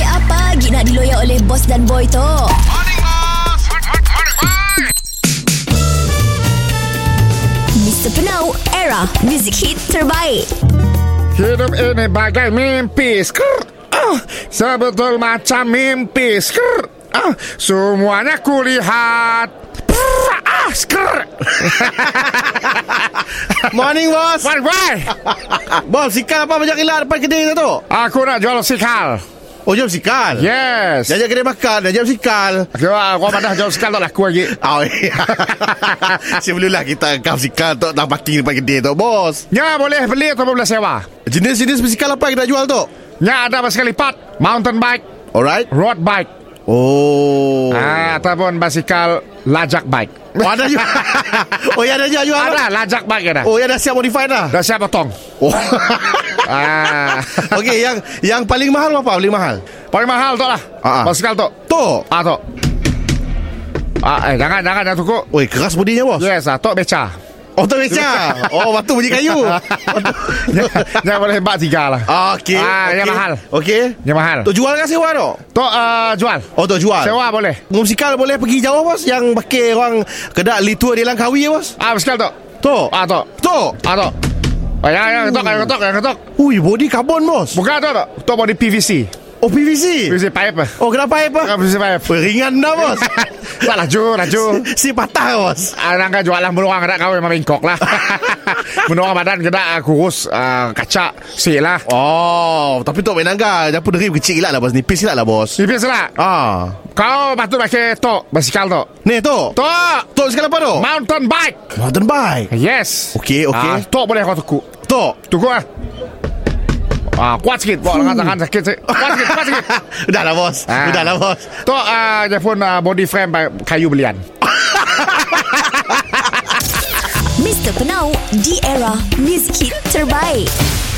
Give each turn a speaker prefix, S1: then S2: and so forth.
S1: lagi nak diloyak oleh bos dan boy tu? Mr. Penau, era music hit terbaik.
S2: Hidup ini bagai mimpi Skrr. Ah, Sebetul macam mimpi Skrr. Ah, Semuanya kulihat Prr. Ah, skrr.
S3: Morning bos
S2: Why, why?
S3: Bos sikal apa macam kilat depan kedai tu tu
S2: Aku nak jual sikal
S3: Oh jom sikal
S2: Yes
S3: Jajak kedai makan Dah jam sikal
S2: Kau kau dah jual sikal tak laku lagi
S3: Oh, iya. Sebelumlah kita angkat sikal tu Nak parking depan kedai tu bos
S2: Ya boleh beli ataupun boleh sewa
S3: Jenis-jenis bersikal apa yang kita jual tu
S2: Ya ada basikal lipat Mountain bike
S3: Alright
S2: Road bike
S3: Oh
S2: ah, Ataupun basikal lajak bike
S3: Oh ada juga Oh ya ada juga jual
S2: Ada lah, lajak bike ada
S3: Oh ya dah siap modify dah
S2: Dah siap potong
S3: Oh
S2: ah.
S3: Okey yang yang paling mahal apa paling mahal
S2: Paling mahal tu lah
S3: Ah, ah.
S2: Basikal tu
S3: Tu
S2: Ah tok. Ah eh jangan jangan dah tukuk.
S3: Oi keras bodinya bos
S2: Yes, ah tok beca.
S3: Oh tu beca Oh batu bunyi kayu
S2: Jangan boleh hebat tiga lah.
S3: Ah, Okey
S2: Ah, dia
S3: okey.
S2: mahal.
S3: Okey
S2: Dia mahal.
S3: Tu jual ke sewa tu?
S2: Tok uh, jual.
S3: Oh tu jual
S2: Sewa boleh.
S3: Ngumsikal boleh pergi jauh bos Yang pakai orang Kedak litua dia langkawi bos
S2: Ah basikal tok.
S3: Tu
S2: Ah tok.
S3: Tu
S2: Ah tok. Oh, jangan jangan ketok, jangan ketok, jangan ketok.
S3: Ui body karbon bos
S2: Bukan tok tok. Tok body PVC.
S3: Oh PVC
S2: PVC pipe. eh.
S3: Oh kenapa
S2: Bukan
S3: apa?
S2: PVC pipe.
S3: Ringan dah bos
S2: Tak laju, laju.
S3: Si patah bos
S2: Anang kan jualan beruang Kedak kau memang bengkok lah Beruang badan kedak ah, kurus ah, Kacak Sik lah
S3: Oh Tapi tu main nangga Dapur derib kecil lah lah bos Nipis lah lah bos
S2: Tipis lah
S3: Ah
S2: Kau patut pakai tok Basikal tok
S3: Ni tu
S2: Tok
S3: Tu sekarang apa tu?
S2: Mountain bike
S3: Mountain bike
S2: Yes
S3: Okey, okey.
S2: ah, Tok boleh kau tukuk
S3: Tu
S2: Tukuk lah Ah, kuat sikit Bawa dengan tangan sakit sikit. Kuat sikit Kuat sikit
S3: Dah lah bos
S2: Ah.
S3: Dah lah bos
S2: Tok ah, dia pun ah, body frame by- Kayu belian
S1: Mr. Penau, di era music hit terbaik.